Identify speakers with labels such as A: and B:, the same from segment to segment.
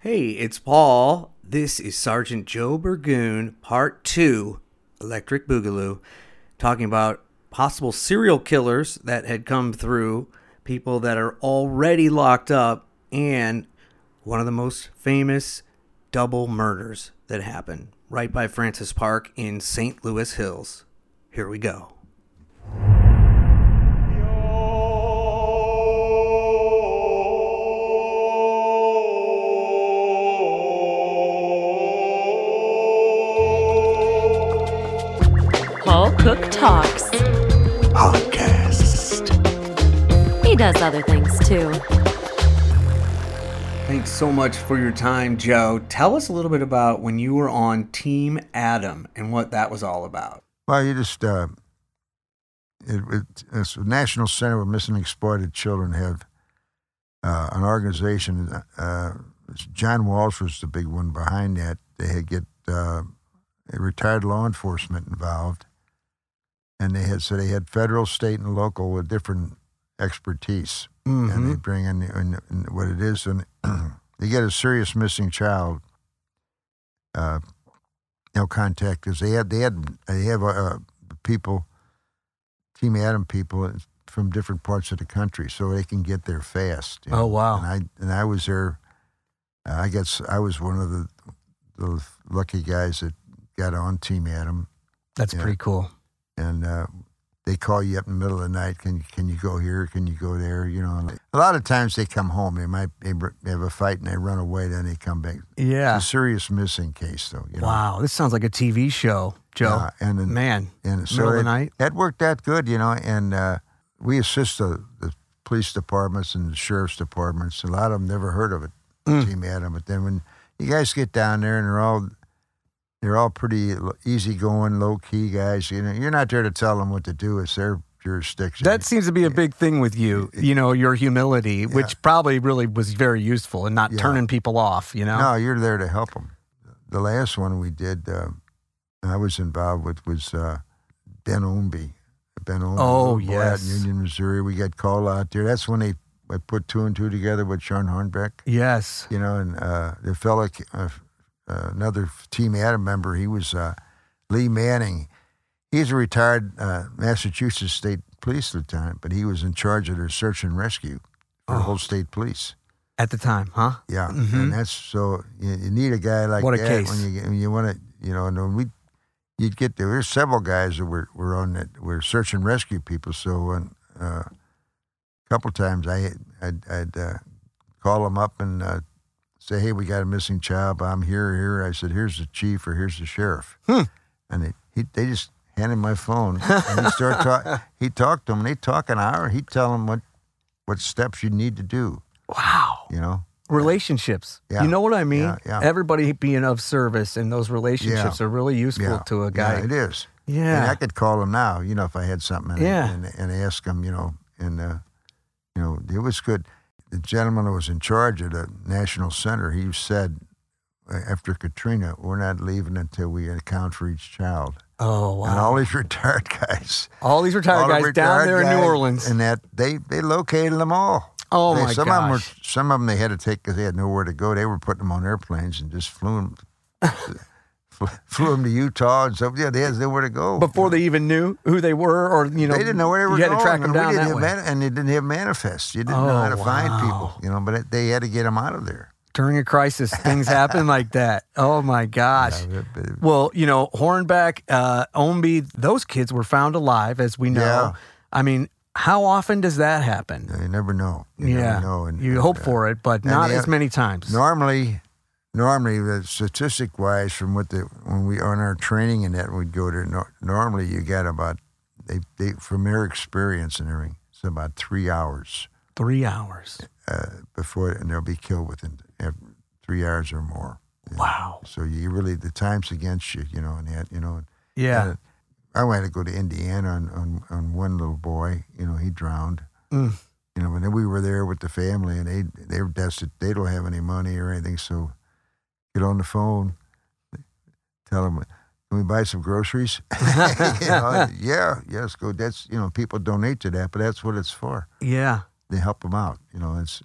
A: Hey, it's Paul. This is Sergeant Joe Burgoon, Part 2, Electric Boogaloo, talking about possible serial killers that had come through, people that are already locked up, and one of the most famous double murders that happened right by Francis Park in St. Louis Hills. Here we go.
B: Paul Cook Talks.
A: Podcast.
B: He does other things too.
A: Thanks so much for your time, Joe. Tell us a little bit about when you were on Team Adam and what that was all about.
C: Well, you just uh, it, it, it's the National Center for Missing and Exploited Children have uh, an organization. Uh, it's- John Walsh was the big one behind that. They had get uh, retired law enforcement involved, and they had so they had federal, state, and local with different expertise, and
A: Mm-hmm.
C: they bring in, in, in what it is, and they get a serious missing child. Uh, no contact because they had they had they have uh, people, Team Adam people from different parts of the country, so they can get there fast. you
A: Oh,
C: know.
A: wow.
C: And I and I was there. uh, I guess I was one of the, the lucky guys that got on Team Adam,
A: That's
C: Yeah.
A: pretty cool.
C: and uh, they call you up in the middle of the night. Can you can you go here? Can you go there? You know, and a lot of times they come home. They might they br- they have a fight and they run away. Then they come back.
A: Yeah.
C: It's a serious missing case, though. You know?
A: Ah. Wow. This sounds like a TV show, Joe.
C: Yeah, and then,
A: Man.
C: And so
A: Middle of the
C: that,
A: night?
C: that worked out good, you know. And uh, we assist the, the police departments and the sheriff's departments. A lot of them never heard of it,
A: Mm.
C: Team Adam. But then when you guys get down there and they're all they're all pretty l- easygoing, low key guys. You know, you're not there to tell them what to do. It's their jurisdiction.
D: That seems to be a big thing with you, you know, your humility, which probably really was very useful and not
C: Yeah.
D: turning people off, you know?
C: no, you're there to help them. The last one we did, uh, I was involved with was uh, Ben Omby. Ben Omby,
D: Oh,
C: little boy out in
D: yes.
C: Union, Missouri. We got called out there. That's when they I put two and two together with Sean Hornbeck.
D: Yes.
C: You know, and uh, the fellow, uh, uh, another Team Adam member, he was uh, Lee Manning. He's a retired uh, Massachusetts State Police lieutenant, but he was in charge of their search and rescue for the
D: Oh.
C: whole state police.
D: At the time, huh?
C: Yeah, and that's so you, you need a guy
D: Mm-hmm.
C: like
D: What a
C: that
D: case.
C: when you when you want to you know and when we you'd get there. There's several guys that were were on that were search and rescue people. So when, uh, a couple times I I'd, I'd uh, call them up and uh, say, hey, we got a missing child. I'm here here. I said, here's the chief or here's the sheriff.
D: Hmm.
C: And they he, they just handed my phone and he started talk. He talked to them. They talk an hour. He'd tell them what what steps you need to do.
D: Wow.
C: You know.
D: Relationships.
C: Yeah.
D: You know what I mean?
C: Yeah, yeah.
D: Everybody being of service and those relationships are really useful to a guy.
C: Yeah, it is. And I
D: Yeah.
C: could call him now, you know, if I had something and,
D: Yeah.
C: and, and ask him, you know, and, uh, you know, it was good. The gentleman who was in charge of the National Center, he said uh, after Katrina, we're not leaving until we account for each child.
D: Oh,
C: And
D: wow.
C: all these retired guys.
D: All these retired
C: all the
D: guys down
C: retired
D: there in New
C: guys,
D: Orleans.
C: And that they, they located them all.
D: oh,
C: They-
D: my
C: some Of them were,
D: gosh.
C: some of them they had to take because they had nowhere to go. They were putting them on airplanes and just flew them, flew, flew 'em to Utah and stuff. Yeah, they had nowhere to go.
D: Before they even knew who they were or, you know,
C: they didn't know where they were
D: you had
C: going.
D: to track them
C: and we
D: down
C: didn't
D: that
C: have
D: way.
C: mani- and they didn't have manifests. You didn't know
D: Oh,
C: how to find people,
D: wow.
C: you know, but it, they had to get them out of there.
D: During a crisis, things happen like that. Oh, my gosh.
C: Yeah, but- but-
D: Well, you know, Hornback, uh, Omby, those kids were found alive, as we know.
C: Yeah.
D: I mean, how often does that happen?
C: you never know. You never
D: yeah.
C: know. And,
D: you
C: and,
D: hope
C: uh,
D: for it, but not
C: they-
D: as many times.
C: Normally, normally, the statistic wise, from what the when we on our training and that we'd go to, nor normally you got about they, they from their experience and everything, it's about three hours
D: Three hours.
C: uh, before, and they'll be killed within ev- three hours or more.
D: Wow.
C: So you really the time's against you, you know, and that, you know.
D: Yeah.
C: Uh, I wanted to go to Indiana on, on, on one little boy. You know, he drowned.
D: Mm.
C: You know, and then we were there with the family, and they they were desperate. They don't have any money or anything, so get on the phone, tell them, can we buy some groceries? You know, yeah, yes, go. That's you know, people donate to that, but that's what it's for.
D: yeah.
C: They help them out. You know, it's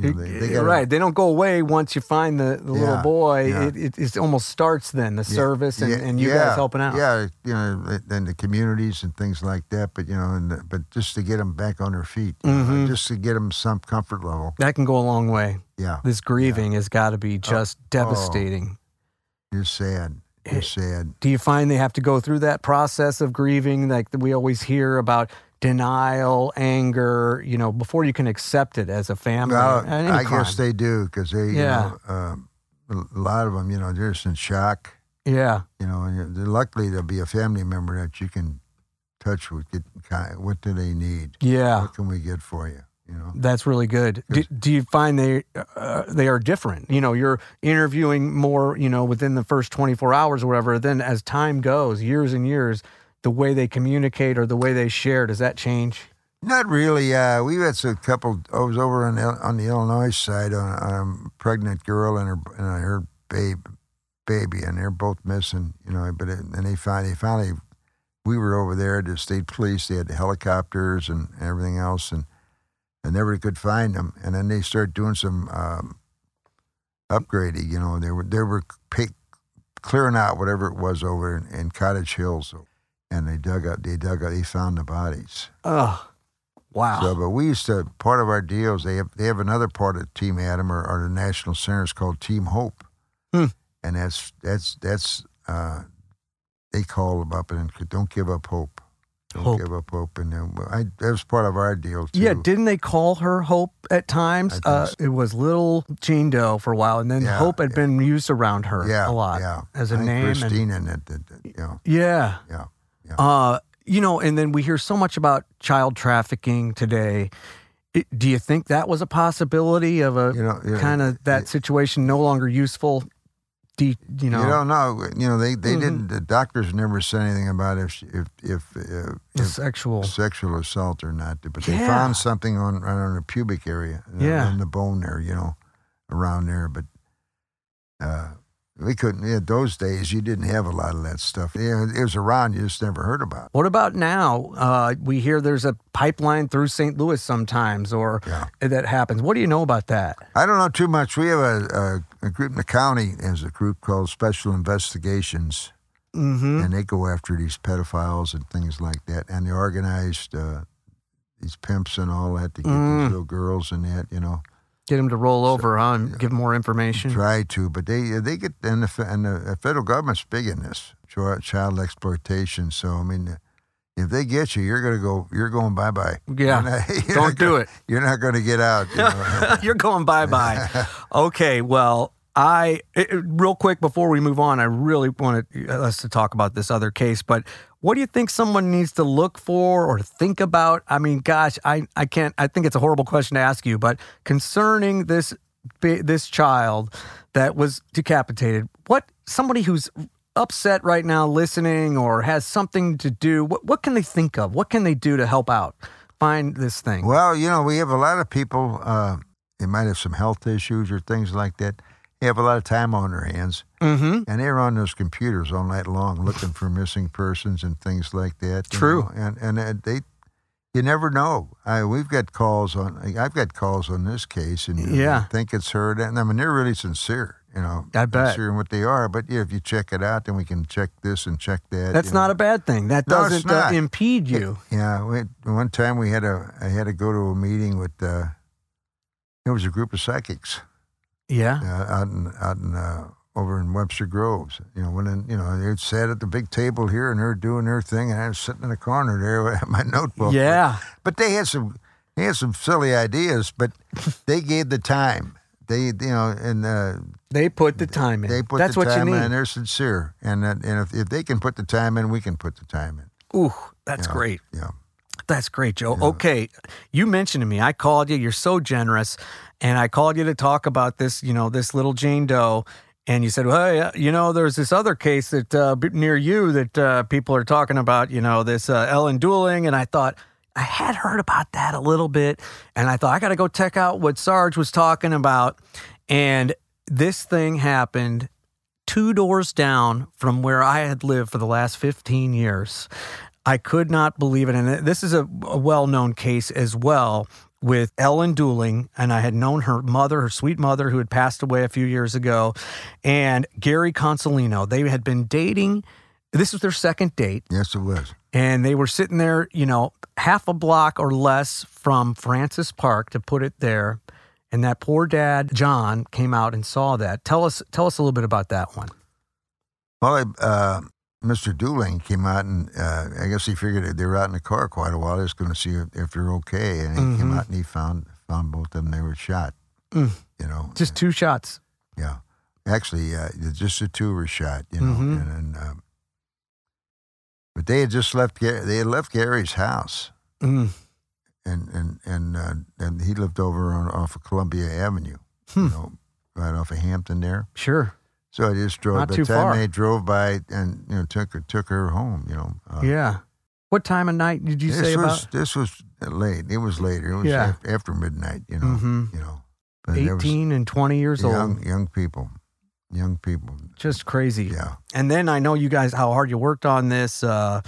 C: You know, they, they
D: You're
C: gotta-
D: right. They don't go away once you find the, the little
C: Yeah,
D: boy.
C: yeah.
D: It, it, it almost starts then the
C: Yeah,
D: service and,
C: yeah,
D: and you
C: yeah,
D: guys helping out.
C: Yeah, you know, and the communities and things like that. But you know, and the- but just to get them back on their feet, you know,
D: Mhm.
C: just to get them some comfort level.
D: That can go a long way.
C: Yeah, Uh, oh.
D: This grieving has got to be just devastating.
C: you're sad. You're sad.
D: Do you find they have to go through that process of grieving? Like we always hear about denial, anger, you know, before you can accept it as a family.
C: Well,
D: and any
C: I
D: crime.
C: guess they do because they,
D: Yeah.
C: you know, um, a lot of them, you know, they're just in shock.
D: Yeah.
C: You know, and you- luckily there'll be a family member that you can touch with. Get ki- what do they need?
D: Yeah.
C: What can we get for you? You know.
D: That's really good. Do, do you find they uh, they are different? You know, you're interviewing more, you know, within the first 24 hours or whatever. Then as time goes, years and years, the way they communicate or the way they share, does that change?
C: Not really. Uh, we had a couple. I was over on Il- on the Illinois side on, on a pregnant girl and her and her babe, baby, and they're both missing. You know, but it, and they finally finally, we were over there. The state police they had helicopters and everything else, and and never could find them. And then they started doing some um, upgrading. You know, they were they were pick, clearing out whatever it was over in, in Cottage Hills, and they dug up they dug up they found the bodies.
D: Oh, wow.
C: So, but we used to part of our deals. They have they have another part of Team Adam or, or the National Center is called Team Hope,
D: Hmm.
C: and that's that's that's uh, they call them up and don't give up hope. Don't
D: Hope.
C: give up hope, and then, well, I, that was part of our deal too.
D: yeah, didn't they call her Hope at
C: I
D: times?
C: think
D: Uh,
C: so.
D: it was little Jane Doe for a while, and then
C: Yeah,
D: Hope had
C: yeah.
D: been used around her
C: yeah,
D: a lot
C: yeah.
D: as a
C: I think
D: name. and-
C: Christina, and that, that, that, you know,
D: yeah.
C: yeah,
D: Uh, you know, and then we hear so much about child trafficking today. It, do you think that was a possibility of a
C: you know, you know,
D: kind of that situation no longer useful? De- you know,
C: You don't know. You know, they, they
D: Mhm.
C: didn't. The doctors never said anything about if she- if if uh,
D: the
C: if
D: sexual.
C: sexual assault or not, but they
D: Yeah.
C: found something on right on the pubic area, uh,
D: Yeah.
C: in the bone there, you know, around there. But uh, we couldn't. Yeah, those days you didn't have a lot of that stuff. Yeah, it was around. You just never heard about.
D: What about now? Uh, we hear there's a pipeline through St. Louis sometimes, or
C: Yeah.
D: that happens. What do you know about that?
C: it. I don't know too much. We have a, a, a group in the county has a group called Special Investigations,
D: Mm-hmm.
C: and they go after these pedophiles and things like that, and they organized. Uh, these pimps and all that to get
D: Mm.
C: these little girls and that, you know.
D: Get them to roll over, huh? And give more information.
C: try to, but they they get and the, and the federal government's big in this child child exploitation. So I mean, if they get you, you're gonna go. You're going bye bye.
D: Yeah. Don't do it.
C: You're not gonna get out. you know.
D: You're going bye bye. Okay, well, I it, it- real quick before we move on, I really wanted uh, us to talk about this other case. But what do you think someone needs to look for or think about? I mean, gosh, I I can't. I think it's a horrible question to ask you, but concerning this bi- this child that was decapitated, what somebody who's upset right now listening or has something to do what, what can they think of what can they do to help out find this thing
C: Well, you know, we have a lot of people. Uh, they might have some health issues or things like that. They have a lot of time on their hands,
D: mm-hmm
C: and they're on those computers all night long looking for missing persons and things like that. you
D: True.
C: know. and and uh, they. You never know. I, we've got calls on. I've got calls on this case, and you
D: Yeah.
C: think it's her. And I mean, they're really sincere. You know,
D: I bet.
C: sincere in what they are. But yeah, if you check it out, then we can check this and check that.
D: That's
C: you know.
D: not a bad thing. That
C: No, it's
D: doesn't uh,
C: not.
D: impede you.
C: Yeah, we, one time we had a I had to go to a meeting with uh, it was a group of psychics
D: Yeah.
C: uh, out in out in uh, over in Webster Groves. You know, when in, you know they sat at the big table here and they're doing their thing, and I was sitting in the corner there with my notebook.
D: yeah.
C: but they had some they had some silly ideas, but they gave the time. They you know and uh,
D: They put the time in.
C: they put
D: That's
C: the
D: what
C: time
D: you
C: in.
D: need.
C: and They're sincere, and that, and if, if they can put the time in, we can put the time in.
D: Ooh, that's
C: Yeah.
D: great.
C: Yeah.
D: That's great, Joe. Okay. You mentioned to me, I called you. You're so generous. And I called you to talk about this, you know, this little Jane Doe. And you said, well, yeah, you know, there's this other case that uh, b- near you that uh, people are talking about, you know, this uh, Ellen Dueling. And I thought, I had heard about that a little bit. And I thought, I got to go check out what Sarge was talking about. And this thing happened two doors down from where I had lived for the last 15 years. I could not believe it. And this is a, a well known case as well with Ellen Dooling, and I had known her mother, her sweet mother, who had passed away a few years ago, and Gary Consolino. They had been dating. This was their second date,
C: Yes, it was.
D: and they were sitting there, you know, half a block or less from Francis Park, to put it there. And that poor dad, John, came out and saw that. Tell us, tell us a little bit about that one.
C: Well, uh, Mr. Dooling came out and uh, I guess he figured that they were out in the car quite a while. Just going to see if, if they're okay. And he came out and he found found both of them. They were shot.
D: Mm-hmm. Mm.
C: You know,
D: Just two shots.
C: yeah. Actually, uh, just the two were shot. You know,
D: Mhm.
C: and, and um, but they had just left. Ga- They had left Gary's house,
D: Mm.
C: and and and uh, and he lived over on off of Columbia Avenue.
D: Hmm.
C: You know, right off of Hampton there.
D: Sure.
C: So I just drove.
D: Not
C: by
D: too
C: the time
D: far.
C: they drove by and you know took her took her home. You know. Uh,
D: yeah. What time of night did you
C: this
D: say
C: was
D: about?
C: this was late. It was later. It was
D: Yeah.
C: af- after midnight. You know.
D: Mhm.
C: You know. But there Uh, was
D: 18 and 20 years
C: young
D: old.
C: young people, young people.
D: Just crazy.
C: Yeah.
D: And then I know you guys how hard you worked on this. Uh,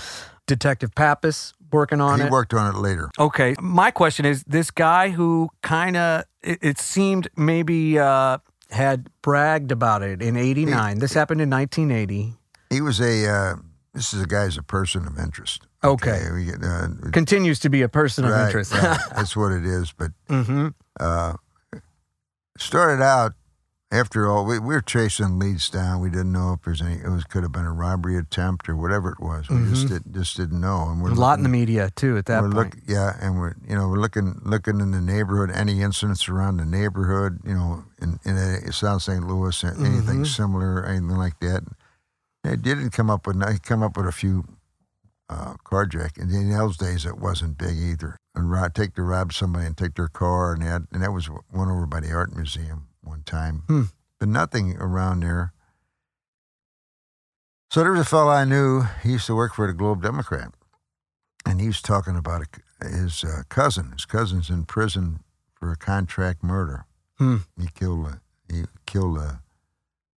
D: Detective Pappas working on
C: he
D: it.
C: worked on it later.
D: Okay. My question is this guy who kind of, it, it seemed maybe uh, had bragged about it in 89. this happened in 1980.
C: He was a. Uh, this is a guy who's a person of interest.
D: Okay.
C: We get, uh,
D: Continues to be a person of
C: right,
D: interest.
C: right. That's what it is. But
D: hmm
C: uh, started out after all we, we were chasing leads down we didn't know if there's any it was could have been a robbery attempt or whatever it was we just did, just didn't know and
D: Mm-hmm. A
C: we're
D: lot in the
C: looking-
D: media too at that
C: we're
D: point.
C: look, yeah and we're you know we're looking looking in the neighborhood any incidents around the neighborhood you know in, in uh, south st louis anything
D: Mm-hmm.
C: similar anything like that they didn't come up with I come up with a few uh, carjack and in those days it wasn't big either and rob, take to rob somebody and take their car and that and that was one over by the art museum one time
D: Hmm.
C: but nothing around there so there was a fellow I knew he used to work for the Globe Democrat and he was talking about a c his uh, cousin his cousin's in prison for a contract murder
D: Hmm.
C: he killed a, he killed a,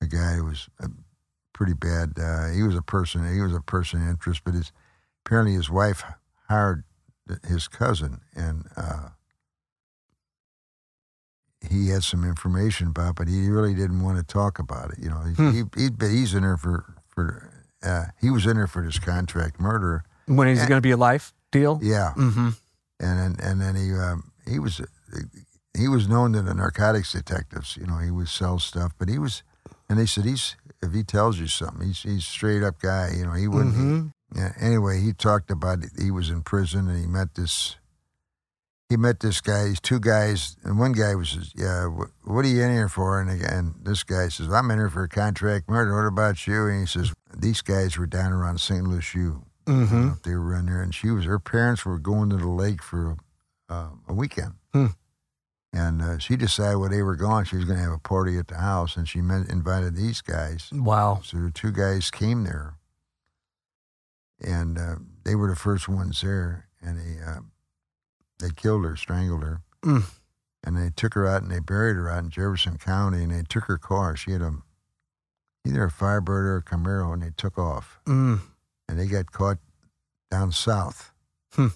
C: a guy who was a pretty bad. Uh, he was a person. He was a person of interest, but his apparently his wife hired th- his cousin, and uh, he had some information about, it, but he really didn't want to talk about it. You know, he,
D: Hmm.
C: he, he but he's in there for for. Uh, he was in there for this contract murder.
D: When he's
C: Eh.
D: going to be a life deal?
C: Yeah,
D: Mm-hmm.
C: and then and then he um, he was he was known to the narcotics detectives. You know, he would sell stuff, but he was, and they said he's if he tells you something, he's he's straight up guy. You know, he wouldn't.
D: Mhm.
C: Yeah, anyway, he talked about it. he was in prison and he met this. He met this guy. These two guys, and one guy was, says, "Yeah, what, what are you in here for?" And again, this guy says, "I'm in here for a contract murder. What about you?" And he says, "These guys were down around St. Louis U." I don't
D: Mm-hmm.
C: know if they were in uh, there. And she was, her parents were going to the lake for uh, a weekend.
D: Hmm.
C: And uh, she decided where they were going, she was going to have a party at the house. And she met, invited these guys.
D: Wow.
C: So the two guys came there. And uh, they were the first ones there. And they, uh, they killed her, strangled her.
D: Mm.
C: And they took her out and they buried her out in Jefferson County. And they took her car. She had a, either a Firebird or a Camaro, and they took off
D: Mm.
C: and they got caught down south.
D: Hmm.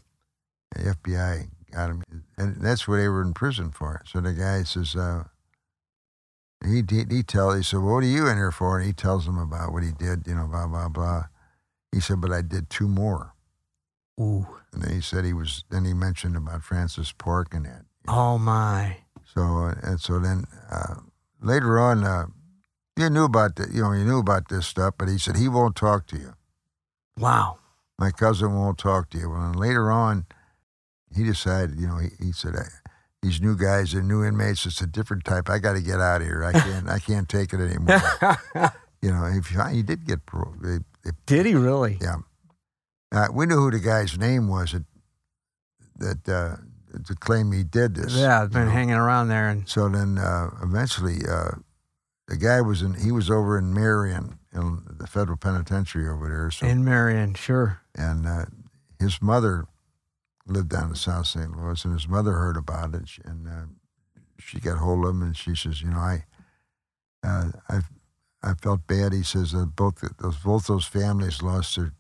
C: The FBI got him, and that's what they were in prison for. So the guy says, uh, he, he he tell he said, "What are you in here for?" And he tells him about what he did, you know, blah blah blah. He said, "But I did two more."
D: Ooh.
C: And then he said he was. Then he mentioned about Francis Park and that.
D: Oh my.
C: So uh, and so then uh, later on, uh, you knew about the, you know you knew about this stuff, but he said he won't talk to you.
D: Wow.
C: my cousin won't talk to you. Well, and later on, he decided, you know, he, he said, I, these new guys, they're new inmates. It's a different type. I got to get out of here. I can't, I can't take it anymore. you know, if you- he did get parole. They, they,
D: Did he really?
C: yeah. Uh, we knew who the guy's name was that, that uh, to claim he did this.
D: Yeah, I've
C: you
D: been
C: know.
D: hanging around there and
C: So then uh, eventually, uh, the guy was in, he was over in Marion, in the federal penitentiary over there. So
D: in Marion, sure.
C: and uh, his mother lived down in South St. Louis, and his mother heard about it, sh- and uh, she got hold of him, and she says, "You know, I, uh, I, I felt bad." He says that both those both those families lost their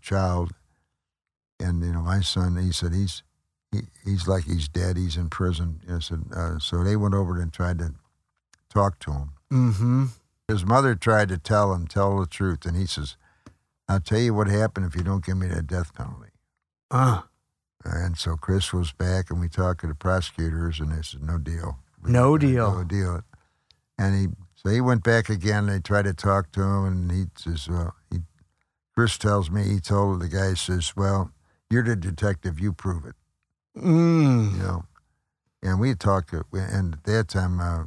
C: child, and you know, my son, he said he's he, he's like he's dead. He's in prison. You know, so, uh, so they went over and tried to talk to him.
D: Mm-hmm.
C: His mother tried to tell him, tell the truth, and he says, "I'll tell you what happened if you don't give me that death penalty."
D: Uh,
C: And so Chris was back, and we talked to the prosecutors, and they said, "No deal, We
D: No
C: don't do it.
D: deal.
C: no deal." And he so he went back again. And they tried to talk to him, and he says, "Well, he, Chris tells me he told the guy he says, well, you're the detective, you prove it, you
D: mm.
C: know." And we had talked, to, and at that time uh,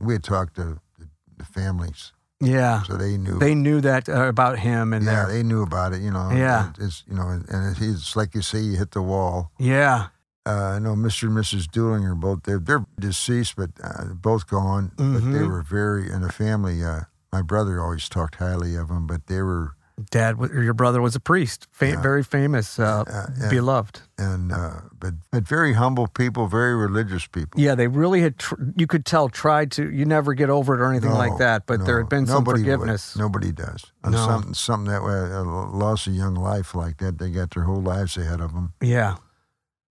C: we had talked to the, the families,
D: Yeah.
C: so they knew.
D: They knew that uh, about him and
C: yeah,
D: there.
C: they knew about it, you know.
D: Yeah.
C: and it's you know, and it's, it's like you say, you hit the wall.
D: yeah.
C: uh, I know Mr. and Mrs. Dooling are both they're, they're deceased, but uh, both gone. But they
D: Mhm.
C: were very in the family. Uh, my brother always talked highly of them, but they were
D: Dad, wa- or your brother was a priest, Fa-
C: Yeah.
D: very famous, uh,
C: Uh, yeah.
D: beloved.
C: and uh, but but very humble people, very religious people.
D: Yeah, they really had. Tr- you could tell tried to. You never get over it or anything like
C: No,
D: that. But there
C: no,
D: had been some
C: nobody would.
D: forgiveness.
C: Nobody does. And
D: No.
C: Something something that way, a loss of young life like that. They got their whole lives ahead of them.
D: Yeah,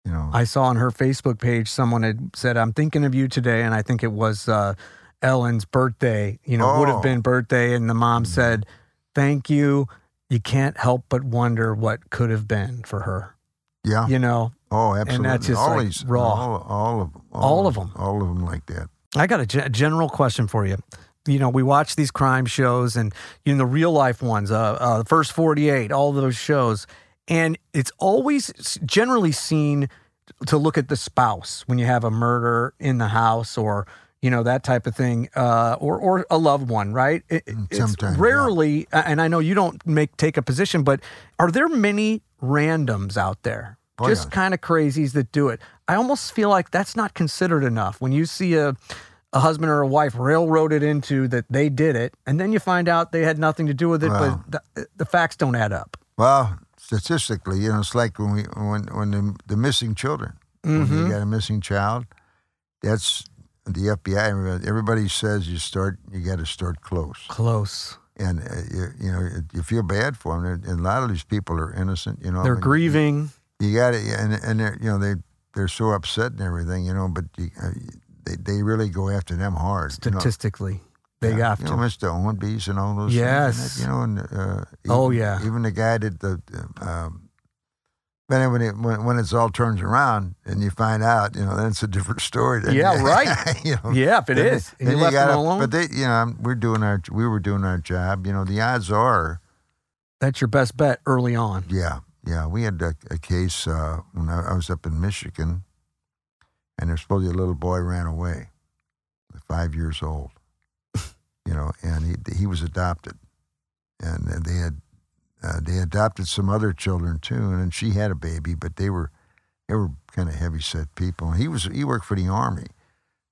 C: You know.
D: I saw on her Facebook page someone had said, "I'm thinking of you today," and I think it was uh, Ellen's birthday. You know, would
C: Oh.
D: have been birthday, and the mom said, "Thank you." You can't help but wonder what could have been for her.
C: yeah.
D: You know,
C: Oh, absolutely.
D: that's just,
C: all
D: like,
C: these,
D: raw.
C: All, all of them.
D: All of 'em.
C: All of them like that.
D: I got a ge- general question for you. You know, we watch these crime shows and you know the real life ones, uh, uh, First Forty Eight, all those shows, and it's always s- generally seen to look at the spouse when you have a murder in the house or you know that type of thing, uh, or or a loved one, right? It, it- it's
C: Sometimes, yeah.
D: rarely, a- and I know you don't make take a position, but are there many randoms out there?
C: Oh,
D: Just
C: yeah.
D: kind of crazies that do it. I almost feel like that's not considered enough. When you see a a husband or a wife railroaded into that they did it, and then you find out they had nothing to do with it,
C: Wow.
D: but the, the facts don't add up.
C: Well, statistically, you know, it's like when we when when the, the missing children.
D: Mm-hmm.
C: When you got a missing child, that's the FBI. everybody- Everybody says you start. You got to start close,
D: Close.
C: and uh, you, you know you feel bad for them. And a lot of these people are innocent. You know,
D: They're
C: and
D: grieving.
C: You got to and and they're, you know they they're so upset and everything. You know, but you, uh, they they really go after them hard. you know.
D: Statistically, they
C: Yeah.
D: have
C: You
D: to.
C: know, Mr. Owenbees and all those. things,
D: Yes.
C: and that, you know, and uh,
D: Oh,
C: even-
D: yeah.
C: Even the guy that the. the, Um, but then when it when, when it's all turns around and you find out, you know, then it's a different story. then.
D: Yeah, right.
C: you know,
D: Yeah, if it
C: then-
D: is. And
C: then
D: you left them
C: gotta-
D: alone?
C: But they, you know, I'm- we're doing our we were doing our job. You know, the odds are,
D: That's your best bet early on.
C: yeah, yeah. We had a, a case uh, when I, I was up in Michigan, and there's supposedly a little boy ran away, five years old. you know, and he he was adopted, and they had uh, they adopted some other children too, and then she had a baby, but they were they were kind of heavy set people. And he was he worked for the army,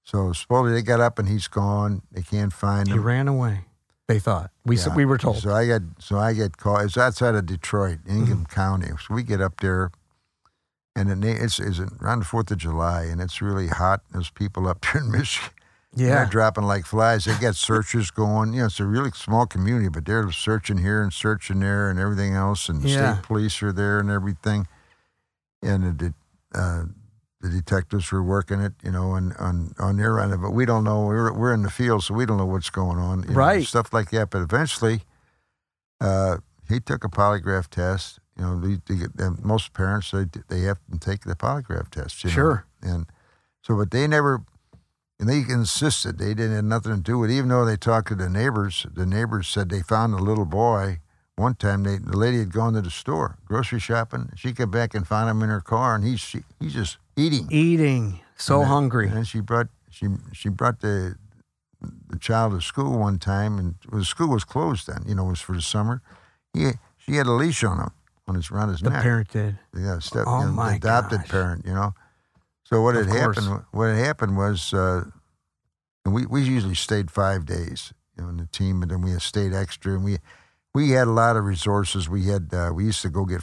C: so supposedly they got up and he's gone. They can't find
D: He
C: him.
D: ran away. They thought we s
C: Yeah.
D: we were told.
C: So I got so I get called. It's outside of Detroit, Ingham
D: Mm-hmm.
C: County. So we get up there, and it, it's, it's around the Fourth of July, and it's really hot. There's people up here in Michigan.
D: yeah,
C: They're dropping like flies. They got searches going. You know, it's a really small community, but they're searching here and searching there and everything else. And the
D: Yeah.
C: state police are there and everything. And the, de- uh, the detectives were working it, you know, on, on, on their end of it. We don't know. We're, we're in the field, so we don't know what's going on. you know,
D: Right.
C: stuff like that. But eventually, uh, he took a polygraph test. You know, they, they get, and most parents, they, they have to take the polygraph test. You know.
D: Sure.
C: And so, but they never and they insisted they didn't have nothing to do with it, even though they talked to the neighbors. The neighbors said they found a little boy. One time, they, the lady had gone to the store, grocery shopping. She came back and found him in her car, and he's she, he's just eating.
D: eating so
C: And then-
D: hungry.
C: And then she brought she she brought the the child to school one time, and well, the school was closed then. You know, it was for the summer. He she had a leash on him on his around his
D: the
C: neck.
D: parent did.
C: Yeah, step,
D: Oh,
C: you know,
D: my
C: adopted
D: gosh.
C: parent, you know. So what
D: Of
C: had happened?
D: course.
C: What had happened was, uh, and we we usually stayed five days you know, in the team, and then we had stayed extra, and we we had a lot of resources. We had uh, we used to go get.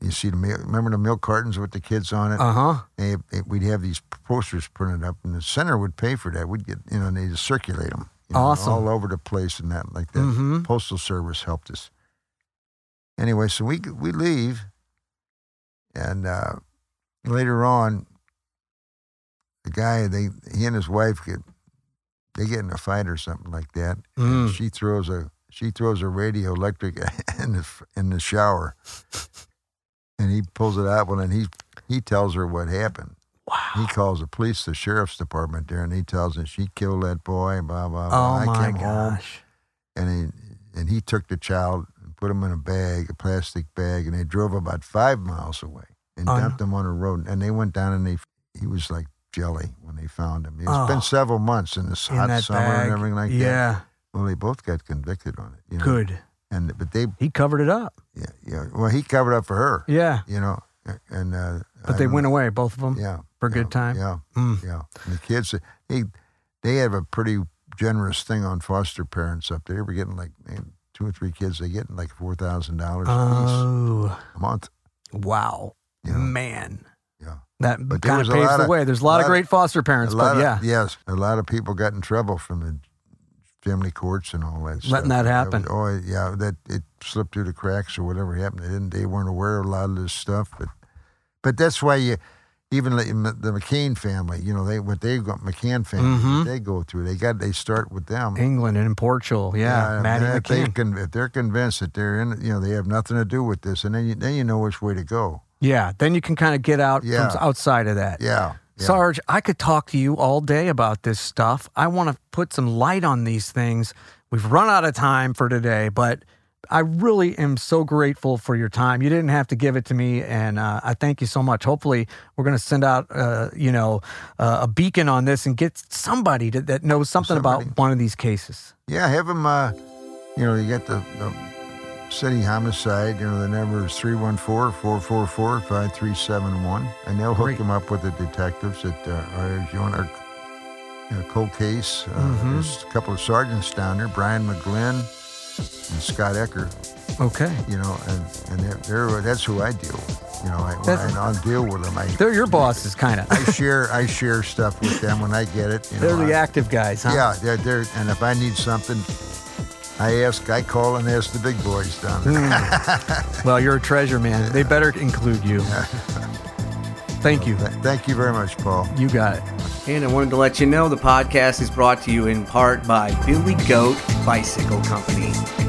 C: You see the milk, remember the milk cartons with the kids on it?
D: Uh huh.
C: They- they- we'd have these posters printed up, and the center would pay for that. We'd get you know, and they'd circulate them
D: Awesome.
C: all over the place and that like that.
D: Mhm.
C: Postal Service helped us. Anyway, so we we leave, and uh, later on, the guy they he and his wife get they get in a fight or something like that. and
D: Mm.
C: She throws a she throws a radio electric in the in the shower, and he pulls it out. Well, and he he tells her what happened. He
D: Wow.
C: calls the police, the sheriff's department there, and he tells her she killed that boy. Blah blah. blah.
D: Oh
C: I
D: my
C: came home
D: gosh.
C: and he and he took the child and put him in a bag, a plastic bag, and they drove about five miles away and
D: Oh, no.
C: dumped him on a road. And they went down and they he was like jelly when they found him. It's
D: Oh.
C: been several months in this
D: In
C: hot
D: that
C: summer
D: bag.
C: and everything like that.
D: yeah.
C: Well, they both got convicted on it. You know?
D: Good.
C: And but they
D: He covered it up.
C: yeah, yeah well he covered up for her.
D: Yeah.
C: You know and uh,
D: But
C: I
D: they
C: don't-
D: went away, both of them.
C: yeah
D: for a
C: yeah,
D: good time.
C: Yeah.
D: Mm.
C: Yeah, and the kids they they have a pretty generous thing on foster parents up there. We're getting like man, two or three kids. They getting like four thousand dollars a
D: Oh,
C: piece a month.
D: wow.
C: Yeah.
D: mm. Man.
C: Yeah.
D: That
C: But there
D: kind
C: was
D: of
C: a
D: paves
C: lot
D: the
C: of-
D: way. There's a lot,
C: lot
D: of
C: of-
D: great foster parents,
C: a
D: but
C: lot
D: yeah,
C: of, yes, a lot of people got in trouble from the family courts and all that. Letting stuff.
D: that
C: was-
D: happen.
C: oh yeah, that it slipped through the cracks or whatever happened. They didn't. They weren't aware of a lot of this stuff. But but that's why you. Even the the McCain family, you know, they what they got McCann family,
D: Mhm.
C: what they go through, they got they start with them.
D: England and in Portugal. Yeah.
C: I
D: Maddie
C: mean, if, they
D: McCann.
C: con- if they're convinced that they're in, you know, they have nothing to do with this, and then you, then you know which way to go.
D: Yeah. Then you can kind of get out
C: Yeah.
D: from s- outside of that.
C: Yeah. yeah.
D: Sarge, I could talk to you all day about this stuff. I want to put some light on these things. We've run out of time for today, but I really am so grateful for your time. You didn't have to give it to me, and uh, I thank you so much. Hopefully, we're going to send out, uh, you know, uh, a beacon on this and get somebody to, that knows something
C: Somebody.
D: about one of these cases.
C: Yeah, have them, uh, you know, you got the, the city homicide, you know, the number is 314-444-5371, and they'll hook
D: Great.
C: them up with the detectives that uh, are, if you want our you know, cold case, uh,
D: Mhm.
C: there's a couple of sergeants down there, Brian McGlynn and Scott Ecker.
D: Okay,
C: you know, and, and they're, they're, that's who I deal with. You know, I, when
D: That's-
C: I, I'll deal with them. I,
D: they're your bosses, kind of.
C: I share I share stuff with them when I get it. You
D: They're
C: know,
D: the
C: I-
D: active guys, huh?
C: Yeah, they're, they're, and if I need something, I ask, I call and ask the big boys down there.
D: Well, you're a treasure, man. They better include you. Thank you.
C: Th- Thank you very much, Paul.
D: You got it.
A: And I wanted to let you know the podcast is brought to you in part by Billy Goat Bicycle Company.